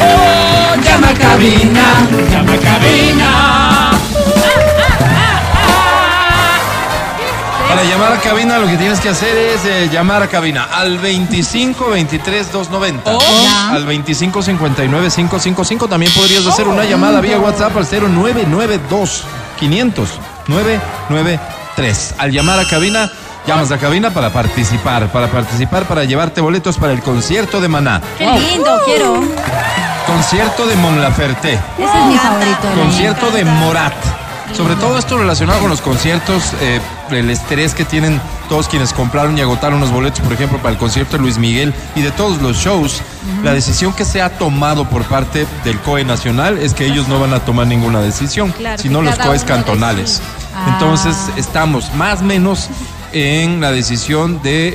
Oh, cabina, llama a cabina. Para llamar a cabina lo que tienes que hacer es eh, llamar a cabina al 25 23 290 Ya. al 25 59 555 también podrías hacer una llamada vía WhatsApp al 0992 500 993 al llamar a cabina llamas a cabina para participar para participar para llevarte boletos para el concierto de Maná Qué lindo, quiero. concierto de Mon Laferte Ese es mi favorito. del año. concierto de Morat. Sobre todo esto relacionado con los conciertos, eh, el estrés que tienen todos quienes compraron y agotaron los boletos, por ejemplo, para el concierto de Luis Miguel y de todos los shows, la decisión que se ha tomado por parte del COE Nacional es que ellos no van a tomar ninguna decisión, Claro, sino que los cada COEs uno cantonales. Ah. Entonces estamos más o menos en la decisión de eh,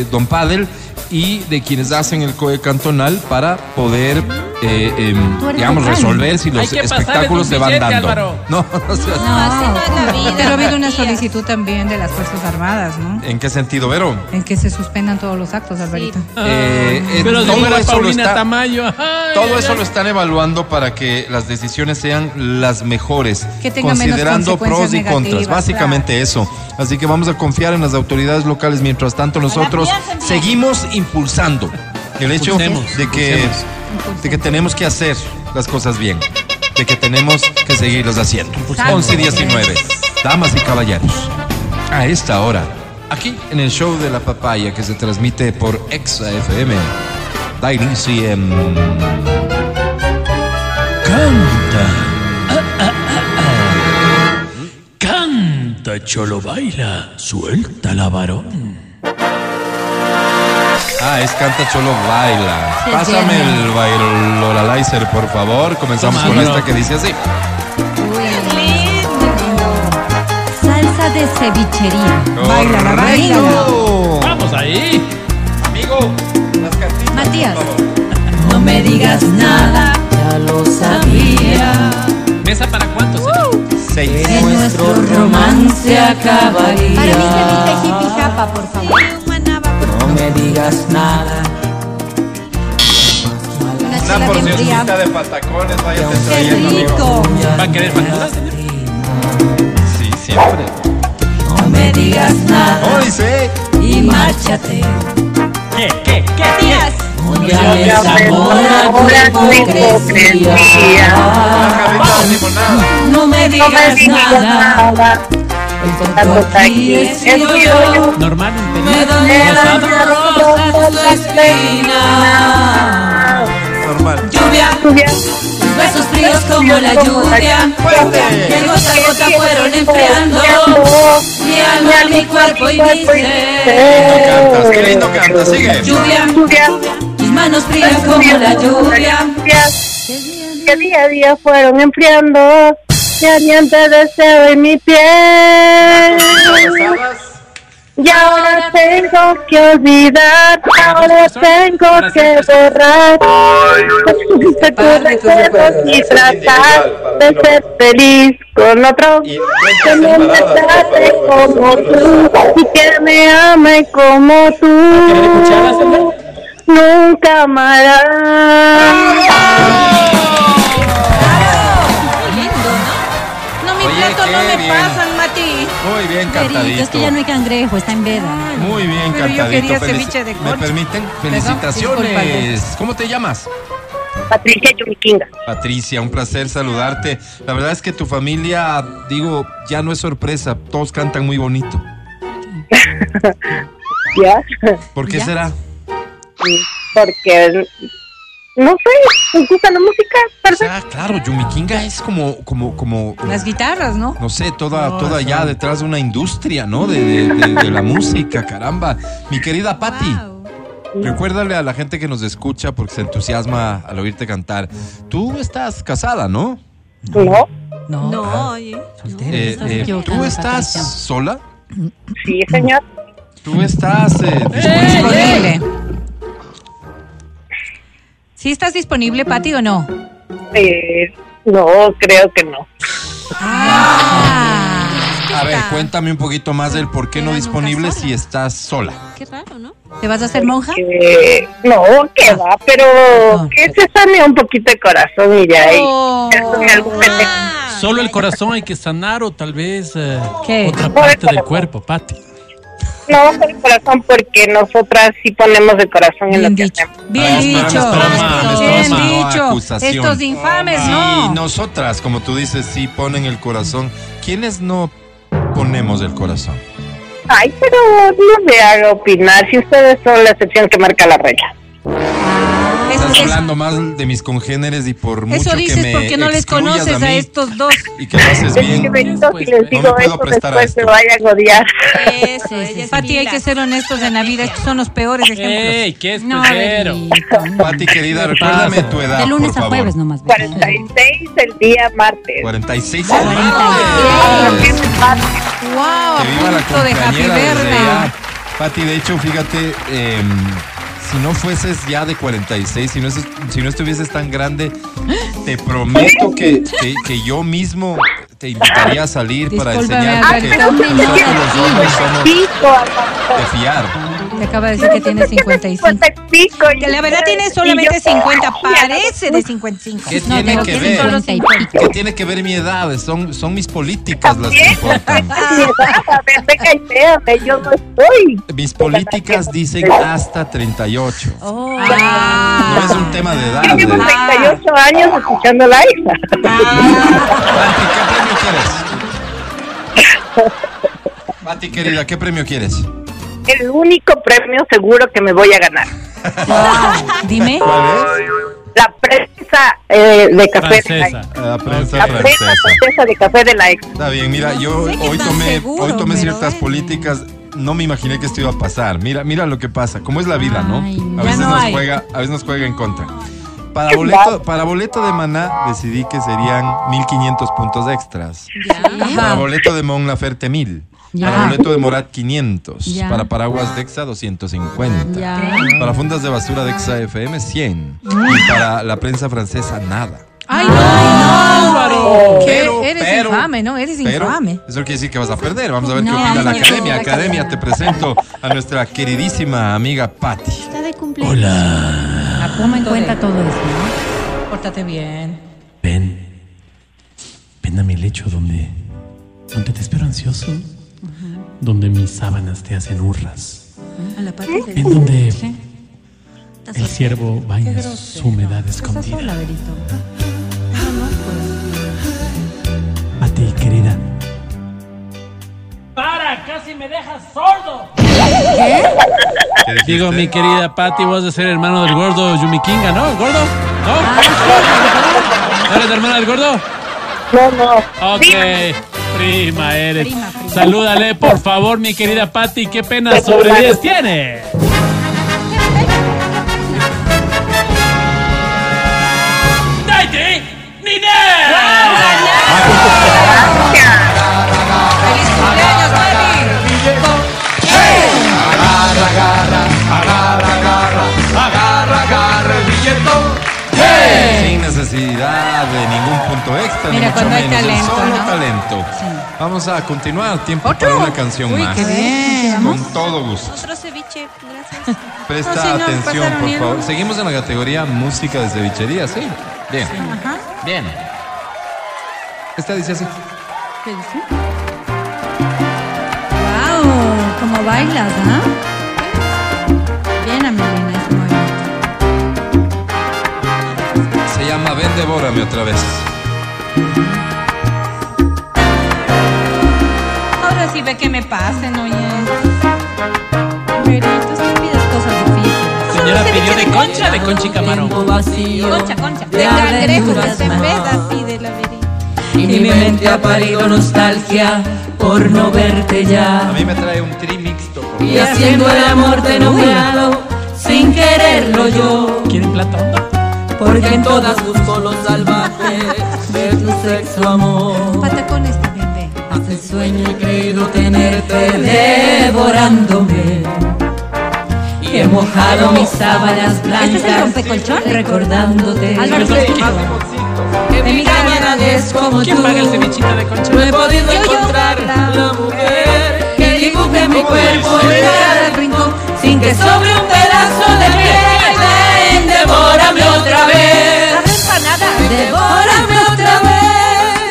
eh, Don Padel y de quienes hacen el COE cantonal para poder, eh, em, Tú eres digamos, Don Padel. resolver si los Hay que espectáculos pasarles un se van billete, dando. Álvaro. No, o sea, No, así no es la ¿cómo? vida, Pero ha habido una Matías. solicitud también de las Fuerzas Armadas, ¿no? ¿en qué sentido, Vero? En que se suspendan todos los actos, Alvarito. Eh, eh, Ah. Pero si todo fuera eso lo Paulina está- Tamayo. ay, Todo ay, eso ay. lo están evaluando para que las decisiones sean las mejores, Que tenga menos considerando pros y consecuencias contras, negativas, básicamente eso. Así que vamos a confiar en las autoridades locales, mientras tanto nosotros seguimos impulsando el hecho Impulsemos, de, que, impulsemos. de que tenemos que hacer las cosas bien, de que tenemos que seguirlas haciendo. Impulsemos. 11 y 19, damas y caballeros, a esta hora, aquí en el show de la papaya que se transmite por Exa FM, Dailicium. Canta, cholo, baila, suelta la varón. Ah, es Canta Cholo Baila. Sí, Pásame tiene. el bailolalizer, por favor. Comenzamos Toma, con Álvaro. esta que dice así. Salsa de cevichería. Baila, la baila. Correcto. Vamos ahí. Amigo, las cartitas. Matías. por favor. No me digas nada, ya lo sabía. ¿Mesa para cuántos? Seis. Nuestro romance acabaría. Para mí, Javita hippie japa, por favor. No me digas nada, Una Una chela bien fría. porcioncita de patacones, váyase Qué trayendo, amigo. rico. ¿Va a querer facturas? Sí, siempre. no me digas nada ¡Oh, dice! y márchate. Eh, ¿Qué? ¿Qué? ¿Qué? Ya me sabora tu hipocresía. Una jarrita de limonada. No me digas nada, aquí es yo. Normal. Me dolerán las rosas tu espina. Normal. Lluvia, tus besos fríos como la lluvia. Que ¡Fuerte! gota a gota Pues fueron enfriando mi alma, mi cuerpo y mi ser. Cantas, qué lindo cantas. Sigue. Lluvia, tus manos frías como la lluvia. que día a día fueron enfriando mi ardiente deseo en mi piel. Y ahora tengo que olvidar, ahora tengo que borrar tus recuerdos y tratar de ser feliz con otro que me trate como tú y que me ame como tú. Nunca amarás. No, mi Oye, plato no qué me bien. pasan, Mati. Muy bien Perito, Es que cantadito. ya no hay cangrejo, está en veda. Muy bien Pero yo cantadito. quería Felici- ceviche de ¿Me corcho. permiten? disculpa, Felicitaciones. ¿Cómo te llamas? Patricia Yuriquinga. Patricia, un placer saludarte. La verdad es que tu familia, digo, ya no es sorpresa, todos cantan muy bonito. ¿Ya? ¿Por qué ¿Ya? será? Porque, no sé, me gusta la música, O Pues tal vez. sea, Ah, claro, Yumikinga es como, como, como, Las guitarras, ¿no? no sé, toda, toda ya detrás de una industria, ¿no? De, de- de- de la música, caramba. Mi querida Patti, recuérdale a la gente que nos escucha porque se entusiasma al oírte cantar. Tú estás casada, ¿no? No, No, Ajá. oye. Eh, estás eh, ¿Tú equivocando, estás Patricia. sola? sí, señor. ¿Tú estás eh, disponible? Disponible. ¿Sí estás disponible, Pati, o no? Eh, no, creo que no. Ah. gusta. A ver, cuéntame un poquito más del por qué Era no nunca disponible sola. si estás sola. Qué raro, ¿no? ¿Te vas a hacer monja? Eh, no, Ah. que va, pero que se sane un poquito el corazón y ya. y- Oh. eso es algo que te- Ah, Solo el corazón hay que sanar o tal vez eh, ¿Qué? otra parte del cuerpo, Pati. No, por el corazón, porque nosotras sí ponemos el corazón en Bien lo que dicho. hacemos. Bien Ay, dicho. toma, toma, toma. Bien No, dicho. acusación. Estos Pues infames, Y no. nosotras, como tú dices, sí ponen el corazón. ¿Quiénes no ponemos el corazón? Ay, pero no me haga opinar si ustedes son la excepción que marca la regla. Es- Estás es- hablando mal de mis congéneres y por mucho eso que dices me porque no les excluyas conoces mí a estos dos. y que lo haces Es que bien. me quito si pues. les No digo me puedo eso, prestar a después se esto. vayan a odiar. eso, ella es Pati, hay que ser honestos en la vida. Estos son los peores ejemplos. ¡Ey! ¡Qué No, espero! Benito. Pati querida, recuérdame tu edad, De lunes por a favor. jueves nomás. Benito. 46 el día martes. 46 Ah, años. es martes. ¡Wow! Que viva la Punto de Happy compañera desde Verde. ya. Pati, de hecho, fíjate, eh, si no fueses ya de 46, si no, es- si no estuvieses tan grande, te prometo que, que- que yo mismo te invitaría a salir para Discúlpame, enseñarte que Alberto, nosotros niña. los hombres somos Pico, amor. de fiar. Te acaba de decir que tiene 55. 50 y pico, y Que la verdad tiene ustedes- solamente y yo- 50. Ay, a la- Parece de 55. ¿Qué No, tiene tengo que que ver? cincuenta y pico. ¿Qué tiene que ver mi edad? Son, son mis políticas las que También. importan. Sí, a ver, venga y véame, yo no estoy. Mis políticas dicen hasta 38. Oh. Ah. No es un tema Ah, de edad. eh. Yo de- llevo Pati, 38 años escuchando la isla. Ah. ¿qué premio quieres? Pati, querida, ¿qué premio quieres? El único premio seguro que me voy a ganar. Ah. Dime. La prensa eh, de café de Francesa. La prensa la, la prensa francesa de café de la ex. Está bien, mira, yo sé qué hoy tan tomé, seguro, hoy tomé pero ciertas bueno. políticas. No me imaginé que esto iba a pasar. Mira, mira lo que pasa. Cómo es la vida, ¿no? Ay, A ya veces no nos hay. juega, a veces nos juega en contra. Para boleto, para boleto de maná decidí que serían 1500 puntos extras. Para Ajá. boleto de Mon Laferte 1000. Ya. Para boleto de Morat 500. Ya. Para paraguas Dexa 250. Ya. Para fundas de basura Dexa FM 100. Y para la prensa francesa nada. ¡Ay, no! Álvaro. Oh, ¿Qué? Oh, Pero, Eres pero, infame, ¿no? Eres Pero infame. eso quiere decir que vas a perder. Vamos a ver qué No, opina la no, academia. no, no. Academia, te presento a nuestra queridísima amiga Patti. Está de cumpleaños. Hola, Toma en cuenta todo eso, ¿no? Pórtate bien. ven. Ven a mi lecho donde, donde te espero ansioso. Donde mis sábanas te hacen hurras. A la parte de... Ven donde Estás el sola. ciervo baña su humedad Estás sola, escondida. Berito. No, no, pues. A ti, querida. ¡Para! ¡Casi me dejas sordo! ¿Qué dijiste? Digo, mi querida Pati, vos de ser hermano del gordo Yumikinga, ¿no? ¿El gordo? ¿No? Ah, ¿No eres hermana del gordo? No, no. Ok, prima eres. Prima, prima. Salúdale, por favor, mi querida Patti. Qué pena sobre 10 tiene. ¡Feliz cumpleaños, Mami! Sin necesidad de ningún punto extra, ni Mira, mucho cuando hay menos. es talento, solo ¿no? talento. Vamos a continuar. Tiempo para una canción Uy, más. qué bien. Con todo gusto. Otro ceviche, gracias. Presta No, si no, atención, pasaron por bien. favor. Seguimos en la categoría música de cevichería, ¿sí? Bien. Bien. Esta dice así. ¿Qué dice? ¡Wow! ¿Cómo bailas, ah? Bien, Amelina, ese movimiento. Se llama Ven, devórame otra vez. Ahora sí ve que me pasen, oye. Berito, es que pides cosas difíciles. Señora Solo pidió de ceviche concha, de concha y camarón. Tengo vacío Concha, concha. de De cangrejos, de aventuras cebada, más. así de la verita. Y mi mente ha parido nostalgia por no verte A ya mí me trae un tri mixto. por favor. Y haciendo el amor te he nombrado sin quererlo yo ¿Quieren plata onda? Porque en todas busco los salvajes de tu sexo amor Patacones también, ve. Hasta el sueño he creído tenerte devorándome Y en mojado mis sábanas blancas. ¿Este es el rompecolchón? Ah, Recordándote. Álvaro, ¿tú eres tú? En mi cámara es como tú. No he Yo, podido yo. encontrar la mujer que dibuje mi cuerpo en cada rincón sin que sobre un pedazo de piel. Ven, devórame otra vez. Abre empanada. Devórame otra vez.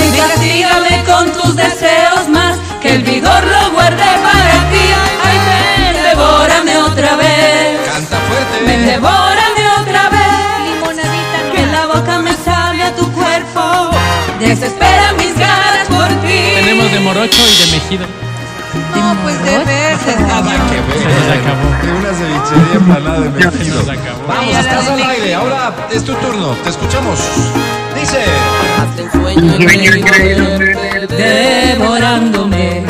Ven, castígame con tus deseos más. Que el vigor lo guarde para ti. Ay, ven, devórame otra vez. Canta Ven, fuerte. devórame otra vez. Limonadita. Que en la boca me sabe a tu cuerpo. Desespera mis ganas por ti. Tenemos de morocho y de mejida. No, pues de veces. Nada que ver. Se nos acabó. De una cevichería empanada de metido. nos acabó. Vamos, estás al aire. Ahora es tu turno. Te escuchamos. Dice. devorándome.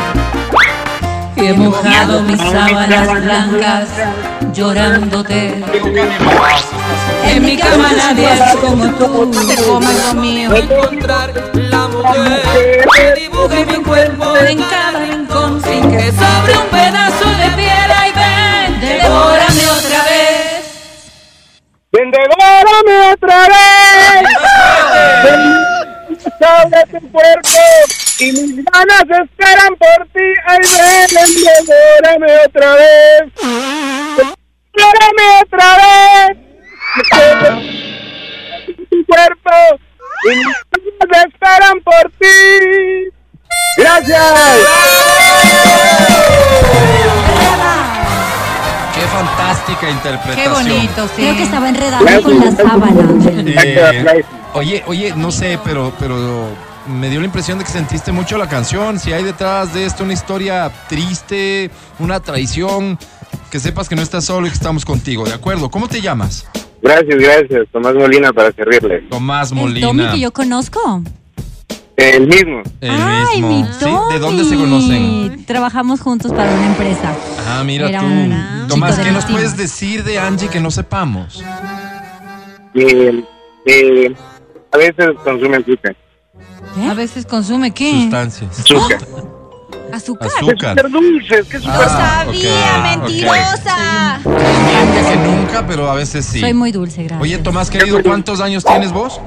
He mojado mis sábanas blancas llorándote. En mi cama nadie es como tú. No te comas lo mío. Encontrar la mujer que dibuje mi cuerpo en cada rincón sin que sobre un pedazo de piel y ven, devórame otra vez. Vendedórame otra vez. Ven, Sobre tu cuerpo y mis ganas esperan por ti. Ay, ven, vendedórame otra vez. Vendedórame otra vez. Sobre Tu cuerpo y mis ganas esperan por ti. Gracias. Qué fantástica Qué interpretación. bonito, sí. Creo que estaba enredada con la sábana. Eh, oye, oye, no sé, pero, pero me dio la impresión de que sentiste mucho la canción. Si hay detrás de esto una historia triste, una traición, que sepas que no estás solo y que estamos contigo, ¿de acuerdo? ¿Cómo te llamas? Gracias, gracias. Tomás Molina para servirle. Tomás El Molina. Tommy que yo conozco. El mismo. El Ay, mismo. mi ¿Sí? ¿De dónde se Tommy. conocen? Trabajamos juntos para una empresa. Ah, mira Era tú. un gran Tomás, chico ¿qué del nos team. puedes decir de Angie que no sepamos? que que a veces consumen azúcar. A veces consume, ¿qué? Sustancias. Azúcar. Azúcar. Azúcar. Super dulces, que Ah, ok, ok. mentirosa. Nunca que nunca, pero a veces sí. Soy muy dulce, gracias. Oye, Tomás, querido, ¿cuántos años tienes vos?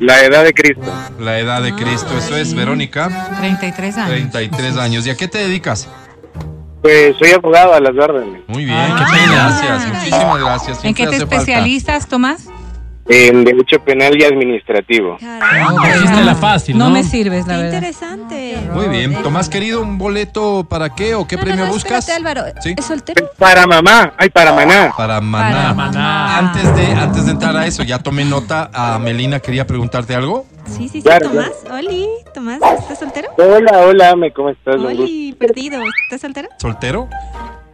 La edad de Cristo. La edad Ah, de Cristo, eso es, Verónica, 33 años. 33 años. ¿Y a qué te dedicas? Pues soy abogado a las órdenes. Muy bien, Ay, qué qué pena. pena. gracias, muchísimas gracias. ¿En siempre qué te hace falta. especializas, Tomás? En derecho penal y administrativo. Caramba, Cogiste la fácil, ¿no? Ah. No me sirves, qué la verdad. interesante. Muy bien, Tomás, querido, ¿un boleto para qué o qué No, no, premio no, buscas? espérate, Álvaro. Sí. ¿Es soltero? Para mamá, ay, para maná. Para Maná. Para Maná. Antes de, antes de entrar a eso, ya tomé nota. A Melina quería preguntarte algo. Sí, sí, sí, Claro, Tomás. Oli, Tomás, ¿estás soltero? Hola, hola, me ¿cómo estás? Un gusto. Oli, perdido. ¿Estás soltero? ¿Soltero?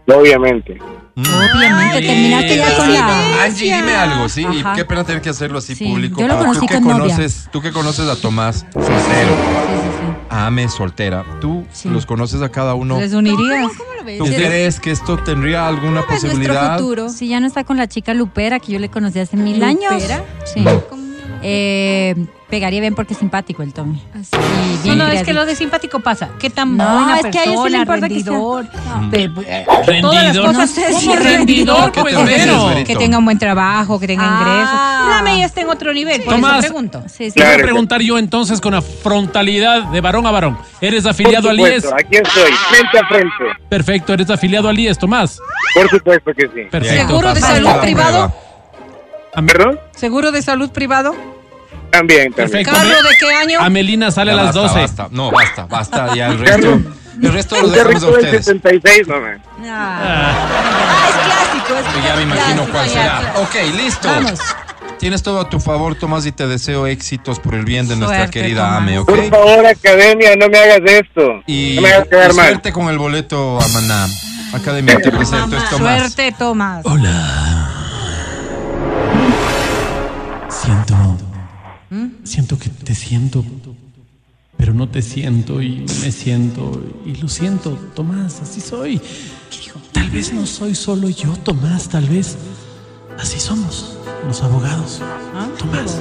Mm. Obviamente. Obviamente, Sí. terminaste ya con la... Angie, dime algo, sí. Y Ajá. qué pena tener que hacerlo así Sí, público. yo lo pero conocí tú que con novia. conoces, tú que conoces a Tomás, soltero, a Ame, soltera. Tú Sí. los conoces a cada uno. ¿Les unirías? ¿Tú crees que esto tendría alguna posibilidad? Si ya no está con la chica Lupera que yo le conocí hace mil años. Sí. Eh, pegaría bien porque es simpático el Tommy. Y No, bien no, es que creativo. lo de simpático pasa. ¿Qué tan No, buena es que a ellos sí persona, le importa que rendidor? Eh. Todas las Rendidor. cosas. sé si ¿Cómo rendidor, es rendidor? ¿Qué te Pues, refieres, bueno. Berito? Que tenga un buen trabajo, que tenga Ah. ingresos. La media está en otro nivel, por Tomás. eso pregunto. Sí, sí. Te voy a Claro. preguntar yo entonces con la frontalidad de varón a varón. ¿Eres Por afiliado al E IES? supuesto, aquí estoy, frente a frente. Perfecto, eres afiliado al IES, Tomás. Por supuesto que sí. Perfecto. Seguro de Pasaste salud la privado. prueba. ¿Perdón? ¿Seguro de salud privado? También, también. Eh, Perfecto. ¿Carro de qué año? Amelina sale a Ya las basta, 12. basta. No, basta, basta. Ya el resto, el resto lo Qué dejamos a rico el ustedes. 76, mamá. Ah, es clásico. Yo Es ya me imagino clásico, cuál ya, será. Oh, claro. Ok, listo. Vamos. Tienes todo a tu favor, Tomás, y te deseo éxitos por el bien de nuestra Suerte, querida Tomás. Ame, ¿ok? Por favor, academia, no me hagas esto. Y, no me hagas y quedar mal. suerte con el boleto a Maná. Academia, te presento es Tomás. Suerte, Tomás. Siento. Siento que te siento, pero no te siento y me siento y lo siento, Tomás, así soy. Tal vez no soy solo yo, Tomás, tal vez así somos los abogados. Tomás.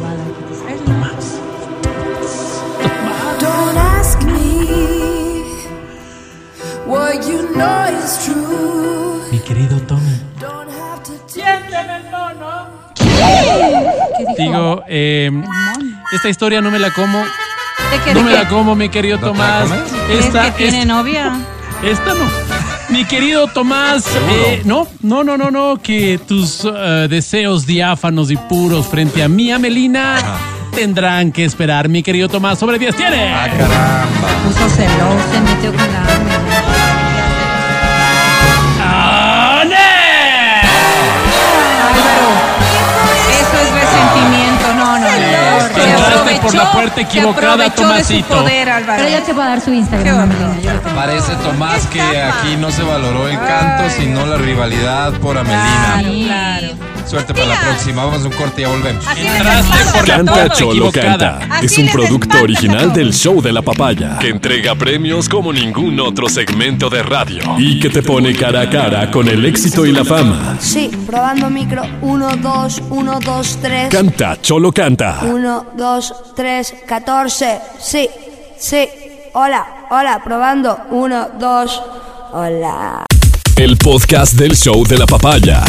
Tomás. Don't ask me What you know is true. Mi querido Tommy. Digo, eh, esta historia no me la como. ¿De qué? No ¿De me qué? la como, mi querido ¿No te la Tomás. comes? ¿Crees Esta, que tiene esta, novia? esta no. Mi querido Tomás, eh, no, no, no, no, no, que tus eh, deseos diáfanos y puros frente a mí, Amelina, tendrán que esperar, mi querido Tomás. Sobre 10 tiene. Ah, caramba. Puso celoso, se metió con la Eso es resentimiento. No, no, no. Celoso. Se Entraste aprovechó- por la puerta se equivocada, aprovechó Tomasito. De su poder, Álvaro. Pero yo te voy a dar su Instagram, Qué Amelina, yo lo tengo. Parece Tomás que aquí no se valoró el canto, sino la rivalidad por Amelina. Sí. Claro. Suerte para la próxima. Vamos a un corte y ya volvemos. Así les Entraste espantas por la a Canta puerta todos. Cholo equivocada. Canta Así es un les producto espantas a original todos. del show de la papaya que entrega premios como ningún otro segmento de radio y que te pone cara a cara con el éxito y la fama. Sí, probando micro. 1, 2, 1, 2, 3. Canta Cholo Canta. 1, 2, 3, 14. Sí, sí. Hola, hola, probando. 1, 2. Hola. El podcast del show de la papaya.